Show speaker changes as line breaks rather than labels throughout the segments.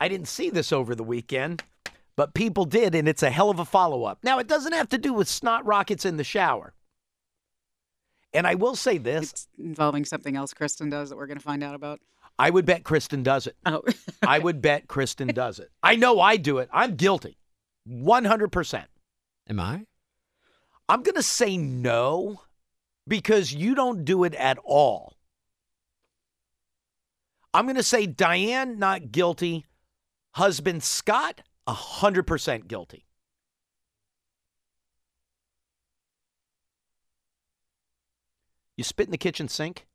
I didn't see this over the weekend, but people did, and it's a hell of a follow up. Now, it doesn't have to do with snot rockets in the shower. And I will say this
It's involving something else Kristen does that we're going to find out about.
I would bet Kristen does it.
Oh,
I would bet Kristen does it. I know I do it. I'm guilty. 100%.
Am I?
I'm going to say no because you don't do it at all. I'm going to say Diane, not guilty. Husband Scott, 100% guilty. You spit in the kitchen sink?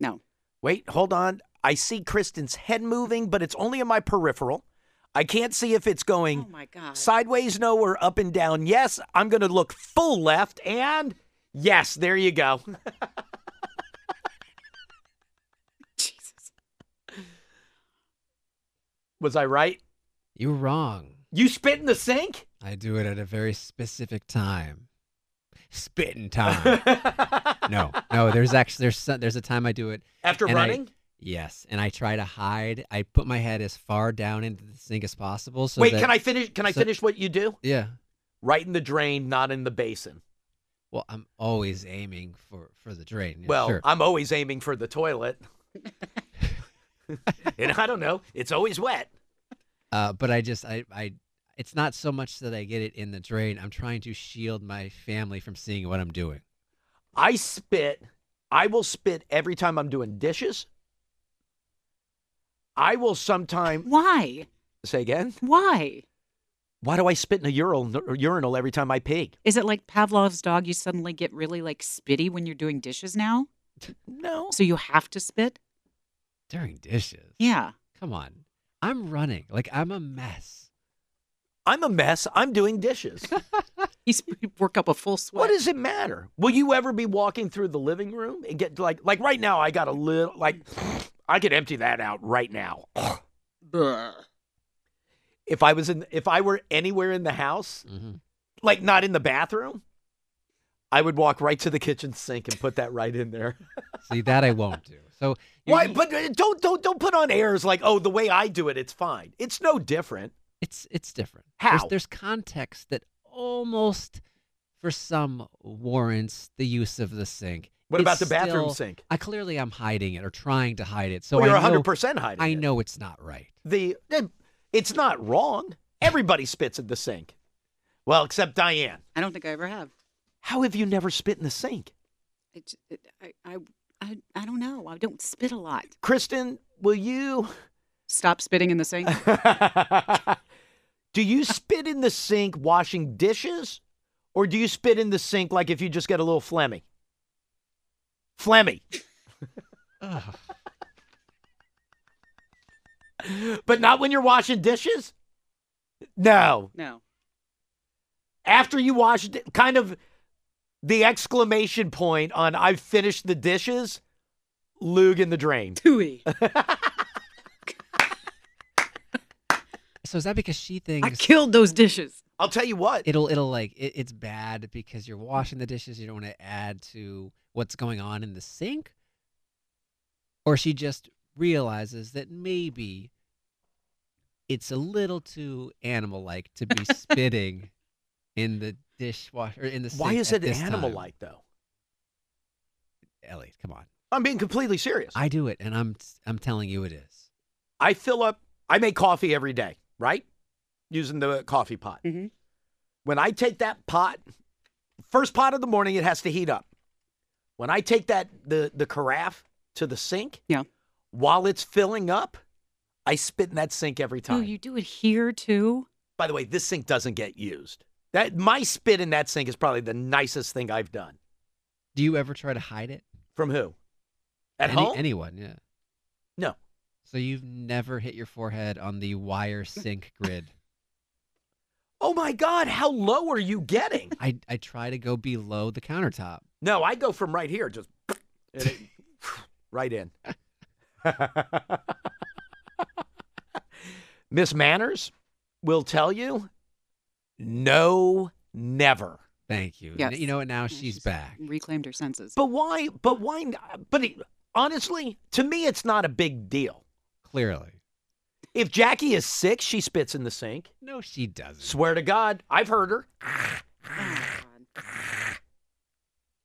no.
Wait, hold on. I see Kristen's head moving, but it's only in my peripheral. I can't see if it's going
Oh my God.
sideways, no, or up and down. Yes, I'm going to look full left, and yes, there you go.
Jesus.
Was I right?
You were wrong.
You spit in the sink?
I do it at a very specific time. Spitting time. no, no. There's actually there's so- there's a time I do it.
After
and I-
running?
yes, and I try to hide. I put my head as far down into the sink as possible. So
Wait,
that-
can I finish? Can I
so-
finish what you do?
Yeah.
Right in the drain, not in the basin.
Well, I'm always aiming for for the drain. yeah,
well,
sure.
I'm always aiming for the toilet. and I don't know. It's always wet.
uh, but I just I I it's not so much that I get it in the drain. I'm trying to shield my family from seeing what I'm doing.
I spit. I will spit every time I'm doing dishes. I will sometime
Why?
say again.
Why?
Why do I spit in a urinal, urinal every time I pee?
Is it like Pavlov's dog? You suddenly get really like spitty when you're doing dishes now?
No.
So you have to spit?
During dishes.
Yeah.
Come on. I'm running. Like I'm a mess.
I'm a mess. I'm doing dishes.
He's work up a full sweat.
what does it matter? Will you ever be walking through the living room and get like like right now I got a little like I could empty that out right now.
Bleh.
If I was in if I were anywhere in the house,
hmm
like not in the bathroom, I would walk right to the kitchen sink and put that right in there.
See that I won't do. So you-
Why? But uh, don't don't don't put on airs like, oh, the way I do it, it's fine. It's no different.
it's it's different. There's,
How?
there's context that almost, for some, warrants the use of the sink.
What
It's
about the bathroom
still-
sink?
I clearly I'm hiding it or trying to hide it. So
well, you're
I know
100% hiding.
I
it.
know it's not right.
the eh, it's not wrong. Everybody spits in the sink. Well, except Diane.
I don't think I ever have.
How have you never spit in the sink?
It, j- it, I, I, I, I don't know. I don't spit a lot.
Kristen, will you?
Stop spitting in the sink.
do you spit in the sink washing dishes, or do you spit in the sink like if you just get a little phlegmy? Phlegmy.
Ugh.
But not when you're washing dishes? No.
No.
After you wash di- kind of the exclamation point on I've finished the dishes, lug in the drain.
Tooey.
So is that because she
I
thinks
killed those dishes.
I'll tell you what.
it'll it'll like it, it's bad because you're washing the dishes. You don't want to add to what's going on in the sink, or she just realizes that maybe it's a little too animal-like to be spitting in the dishwasher in the sink.
Why is
at
it
this time.
animal like though?
Elliot? Come on,
I'm being completely serious.
I do it, and I'm I'm telling you it is.
I fill up, I make coffee every day, right? Using the coffee pot.
Mhm.
When I take that pot, first pot of the morning, it has to heat up. When I take that, the, the carafe to the sink,
Yeah.
while it's filling up, I spit in that sink every
Oh,
time.
you do it here too?
By the way, this sink doesn't get used. That my spit in that sink is probably the nicest thing I've done.
Do you ever try to hide it
From who? At
Any-
home?
Anyone? Yeah.
no.
So you've never hit your forehead on the wire sink grid.
Oh my God, how low are you getting?
I, I try to go below the countertop.
No, I go from right here, just and it- right in. Miss Manners will tell you no, never.
Thank you.
Yes.
You know what? Now
Yeah,
she's back.
Reclaimed her senses.
But why? But why? n- But it, honestly, to me, it's not a big deal.
Clearly.
If Jackie is sick, she spits in the sink.
No, she doesn't.
Swear to God, I've heard her.
Oh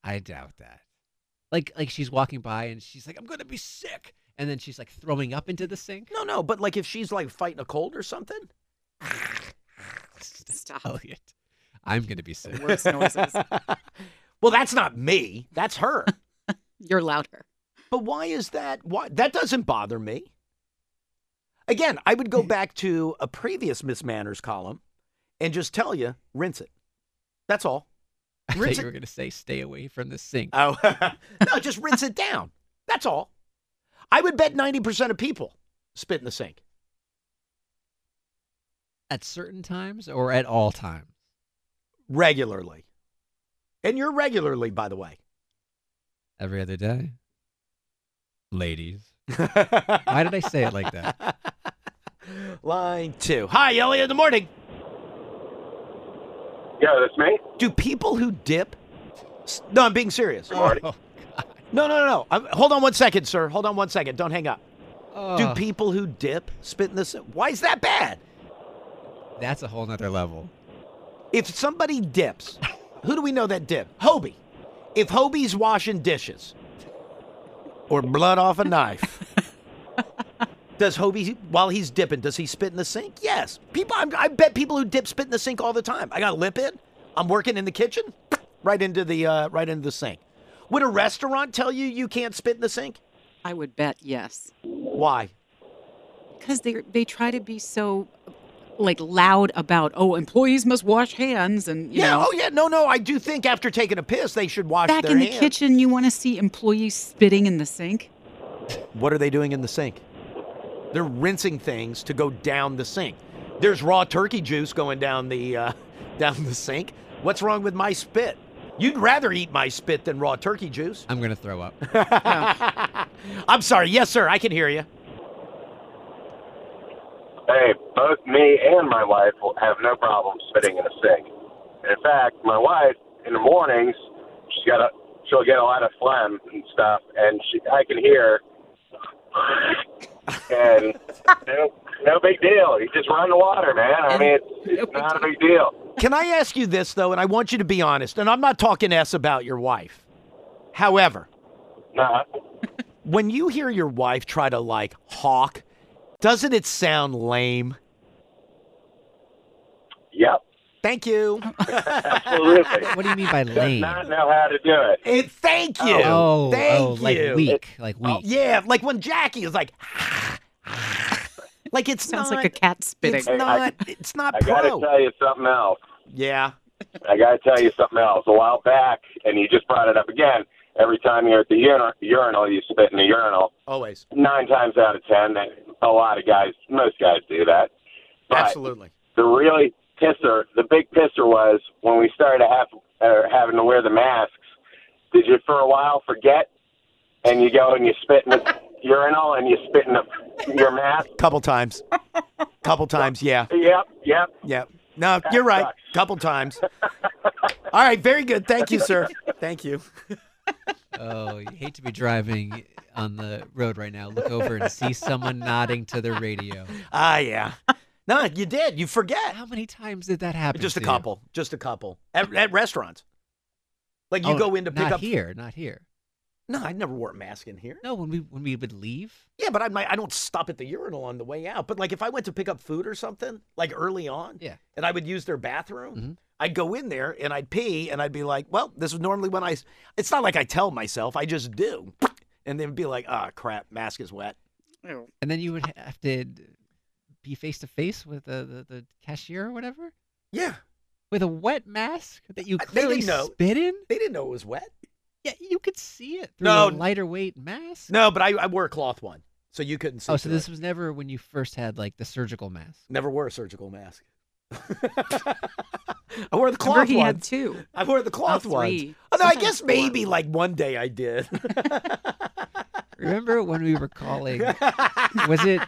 I doubt that. Like like she's walking by and she's like, I'm gonna be sick. And then she's like throwing up into the sink.
No, no, but like if she's like fighting a cold or something,
Stop.
Elliot. I'm gonna be sick.
Worst noises.
well, that's not me. That's her.
You're louder.
but why is that? Why that doesn't bother me. Again, I would go back to a previous Miss Manners column and just tell you, rinse it. That's all.
I thought
Rinse
you
it-
were gonna say stay away from the sink.
Oh, no, just rinse it down. That's all. I would bet 90% of people spit in the sink.
at certain times or at all times.
regularly. And you're regularly, by the way.
Every other day. Ladies. Why did I say it like that?
Line two. Hi, Elliot in the morning.
Yeah, that's me.
Do people who dip. s- No, I'm being serious.
Good morning.
Oh,
No, no, no. I'm, hold on one second, sir. Hold on one second. Don't hang up. Do
Oh,
people who dip spit in the sink? Why is that bad?
that's a whole nother level.
If somebody dips, who do we know that dip? Hobie. If Hobie's washing dishes or blood off a knife, does Hobie, while he's dipping, does he spit in the sink? Yes. People, I'm, I bet people who dip spit in the sink all the time. I got lip in. I'm working in the kitchen, right into the uh, right into the sink. Would a restaurant tell you you can't spit in the sink?
I would bet yes.
Why?
Because they they try to be so like loud about oh employees must wash hands and you
yeah.
know
Oh yeah. No, no. I do think after taking a piss, they should wash
back
their
in the
hands.
kitchen you want to see employees spitting in the sink.
What are they doing in the sink? They're rinsing things to go down the sink. There's raw turkey juice going down the uh, down the sink. What's wrong with my spit? You'd rather eat my spit than raw turkey juice.
I'm gonna throw up.
I'm sorry. Yes, sir. I can hear you.
Hey, both me and my wife will have no problem spitting in a sink. And in fact, my wife in the mornings she's got a she'll get a lot of phlegm and stuff, and she I can hear. and no, no big deal. You just run the water, man. I mean, it's, it's not a big deal.
Can I ask you this though? And I want you to be honest. And I'm not talking s about your wife. However,
Nah.
when you hear your wife try to like hawk, doesn't it sound lame?
Yep.
Thank you.
Absolutely.
What do you mean by
Does
lame?
not know how to do it.
And thank you.
Oh,
thank
oh,
you. Oh,
like weak, like weak.
Yeah, like when Jackie is like, like it's
Sounds
not,
like a cat spitting.
It's
Hey, I-
not. It's not
I got to
pro.
tell you something else.
Yeah.
I got to tell you something else. A while back, and you just brought it up again. Every time you're at the urinal, urinal you spit in the urinal.
Always.
Nine times out of ten, a lot of guys, most guys do that. But
Absolutely.
the really pisser, the big pisser was when we started to have, uh, having to wear the masks. Did you for a while forget? And you go and you spit in the urinal and you spit in the, your mask.
Couple times. Couple times. Yeah.
Yep, yep.
Yeah. No, you're right.
sucks.
Couple times. All right. Very good. Thank you, sir. Thank you.
Oh, you hate to be driving on the road right now. Look over and see someone nodding to the radio.
Ah, yeah. No, you did. You forget.
How many times did that happen?
Just a
to you?
couple. Just a couple. At, at restaurants. Like you
Oh,
go in to pick
not
up.
here, not here.
No, I never wore a mask in here.
No, when we when we would leave.
Yeah, but I might, I don't stop at the urinal on the way out. But like if I went to pick up food or something, like early on,
Yeah.
and I would use their bathroom,
Mhm.
I'd go in there and I'd pee and I'd be like, well, this is normally when I. s- It's not like I tell myself, I just do, and then be like, ah, crap, mask is wet.
Oh,
And then you would have to be face to face with the, the, the cashier or whatever
Yeah,
with a wet mask that you
Uh, they
clearly
didn't know.
spit in.
they didn't know it was wet.
Yeah, you could see it through
No,
a lighter weight mask.
No, but I, I wore a cloth one, so you couldn't see.
Oh, so
through
this
it.
was never when you first had like the surgical mask.
never wore a surgical mask. I wore the
Remember
cloth
he had
ones.
two.
I wore the cloth ones.
three.
Oh, no, I
Sometimes
guess
four.
maybe like one day I did.
Remember when we were calling? was it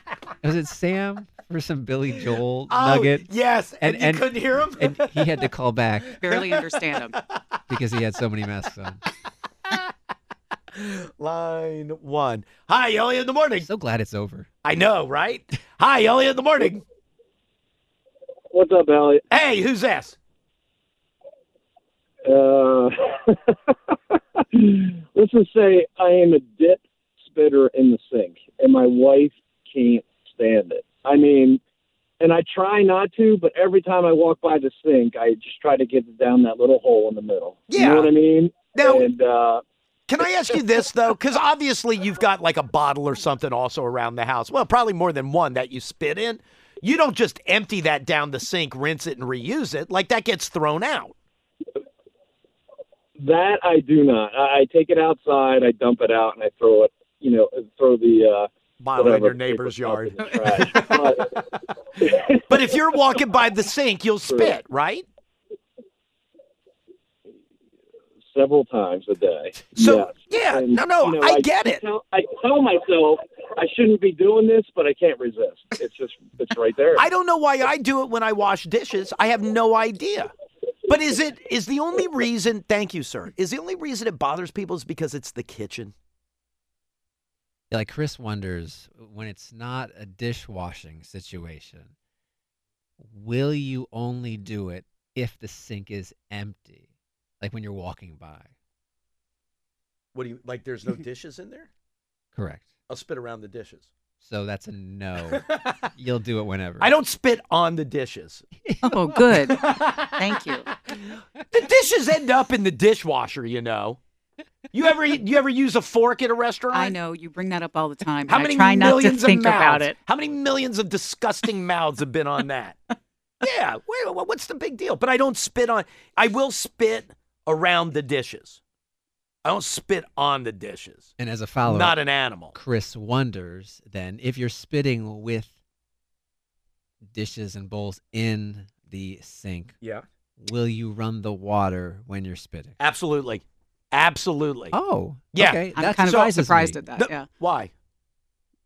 was it Sam for some Billy Joel
Oh,
nugget?
Yes, and,
And-
you
and-
couldn't hear him.
And he had to call back
Barely understand him.
because he had so many masks on.
Line one. Hi, Ellie in the morning.
So glad it's over.
I know, right? Hi, Ellie in the morning.
What's up, Elliot?
Hey, who's this?
Uh, let's just say I am a dip spitter in the sink, and my wife can't stand it. I mean, and I try not to, but every time I walk by the sink, I just try to get it down that little hole in the middle. You
Yeah.
know what I mean?
Now,
and uh,
can I ask you this though? Because obviously you've got like a bottle or something also around the house. Well, probably more than one that you spit in. You don't just empty that down the sink, rinse it, and reuse it. Like that gets thrown out.
that I do not. I, I take it outside, I dump it out, and I throw it. You know, throw the uh,
Bottle in
whatever
your neighbor's
paper cup
yard.
in the trash. But-
But if you're walking by the sink, you'll spit, right?
several times a day.
So
Yes.
yeah,
And,
no, no,
you know,
I, get it.
Tell, I tell myself I shouldn't be doing this, but I can't resist. It's just, it's right there.
I don't know why I do it when I wash dishes. I have no idea. But is it is the only reason? Thank you, sir. Is the only reason it bothers people is because it's the kitchen.
Yeah, like Chris wonders when it's not a dishwashing situation, will you only do it if the sink is empty? Like when you're walking by.
What do you like? There's no dishes in there.
Correct.
I'll spit around the dishes.
So that's a no. You'll do it whenever.
I don't spit on the dishes.
Oh, good. Thank you.
The dishes end up in the dishwasher. You know. You ever you ever use a fork at a restaurant?
I know you bring that up all the time.
How
and
many
I try not to
millions
think
of mouths,
about it.
How many millions of disgusting mouths have been on that? yeah, wait, wha- what's the big deal? But I don't spit on. I will spit around the dishes. I don't spit on the dishes.
And as a follow up,
Not an animal.
Chris wonders then if you're spitting with dishes and bowls in the sink,
Yeah.
will you run the water when you're spitting?
Absolutely. Absolutely.
Oh,
Yeah.
Okay.
I'm
that
kind of
surprises
surprised
me.
at that.
No-
yeah,
Why?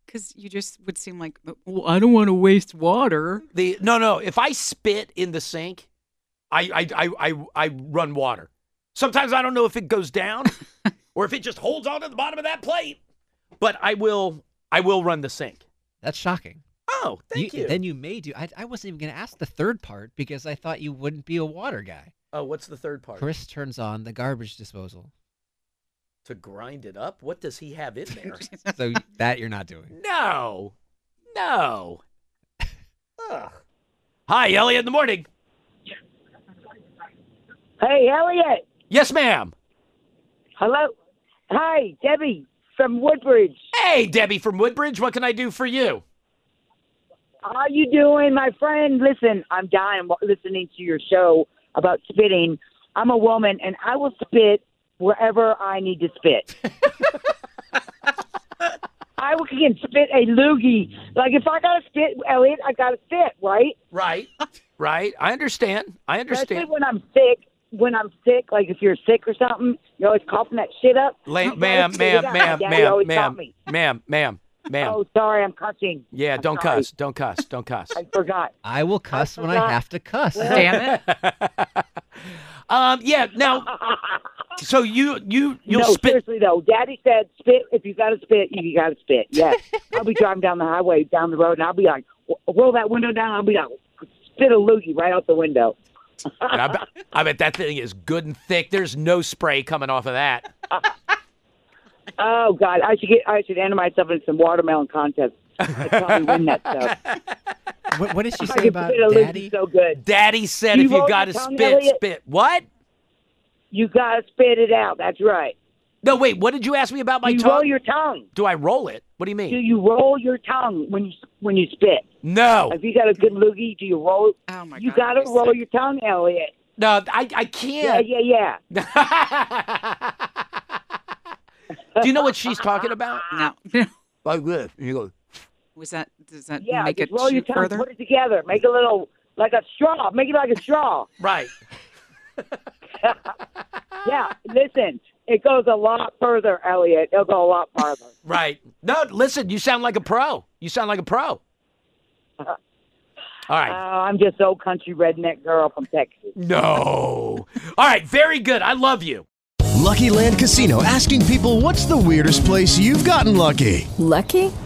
because you just would seem like, well, I don't want to waste water.
The no, no. If I spit in the sink, I, I, I, I, I run water. Sometimes I don't know if it goes down or if it just holds on to the bottom of that plate. But I will, I will run the sink.
That's shocking.
Oh, thank you.
Then you may do. I, I wasn't even going to ask the third part because I thought you wouldn't be a water guy.
oh, what's the third part?
Chris turns on the garbage disposal.
To grind it up? What does he have in there?
So y- that you're not doing.
no. No. Ugh. Hi, Elliot in the morning.
Hey, Elliot.
Yes, ma'am.
Hello. Hi, Debbie from Woodbridge.
Hey, Debbie from Woodbridge. What can I do for you?
How you doing, my friend? Listen, I'm dying wa- listening to your show about spitting. I'm a woman, and I will spit wherever I need to spit. I will- can spit a loogie. Like if I gotta spit, Elliot, I gotta spit, right?
Right. right. I understand. I
Especially
understand.
when I'm sick. When I'm sick, like if you're sick or something, you're always coughing that shit up. You
La-
gotta
ma'am,
spit it
ma'am,
out.
ma'am,
Daddy
ma'am,
always
ma'am,
taught me.
ma'am, ma'am, ma'am.
Oh, sorry, I'm cussing.
Yeah,
I'm
don't
sorry.
cuss. Don't cuss. Don't cuss.
I forgot.
I will cuss when I
forgot.
have to cuss.
Damn it!
um, yeah. Now, so you you you'll
no,
spit
seriously though. Daddy said, "Spit if you got to spit, you got to spit." Yes, I'll be driving down the highway, down the road, and I'll be like, w- roll that window down. I'll be like, spit a loogie right out the window.
And I, bet, I bet that thing is good and thick. There's no spray coming off of that.
Oh God, I should get, I should enter myself in some watermelon contest. I'd probably win that stuff.
What, what did she
I
say
could
about
spit a
daddy?
loogie so good.
Daddy said
You
if you
roll
got to
your tongue,
spit,
Elliot?
spit. What?
You got to spit it out. That's right.
No, wait. What did you ask me about my
you
tongue?
roll your tongue.
Do I roll it? What do you
Do
mean?
you roll your tongue when you when you spit?
No,
If you got a good loogie, do you roll?
Oh my
you
God,
got to
you're
roll
sick.
your tongue, Elliot.
no, I, I
Yeah,
can't.
yeah, yeah.
do you know what she's talking about?
No,
like this. And you go,
Was that does that
Yeah,
make it
just roll your
shoot
tongue,
further?
put it together, make a little like a straw, make it like a straw.
right.
yeah, listen, it goes a lot further, Elliot. It'll go a lot farther.
Right. No, listen, you sound like a pro. You sound like a pro.
Uh,
All
Oh,
right.
I'm just old country redneck girl from Texas.
No. All right. Very good. I love you.
Lucky Land Casino asking people what's the weirdest place you've gotten lucky?
Lucky?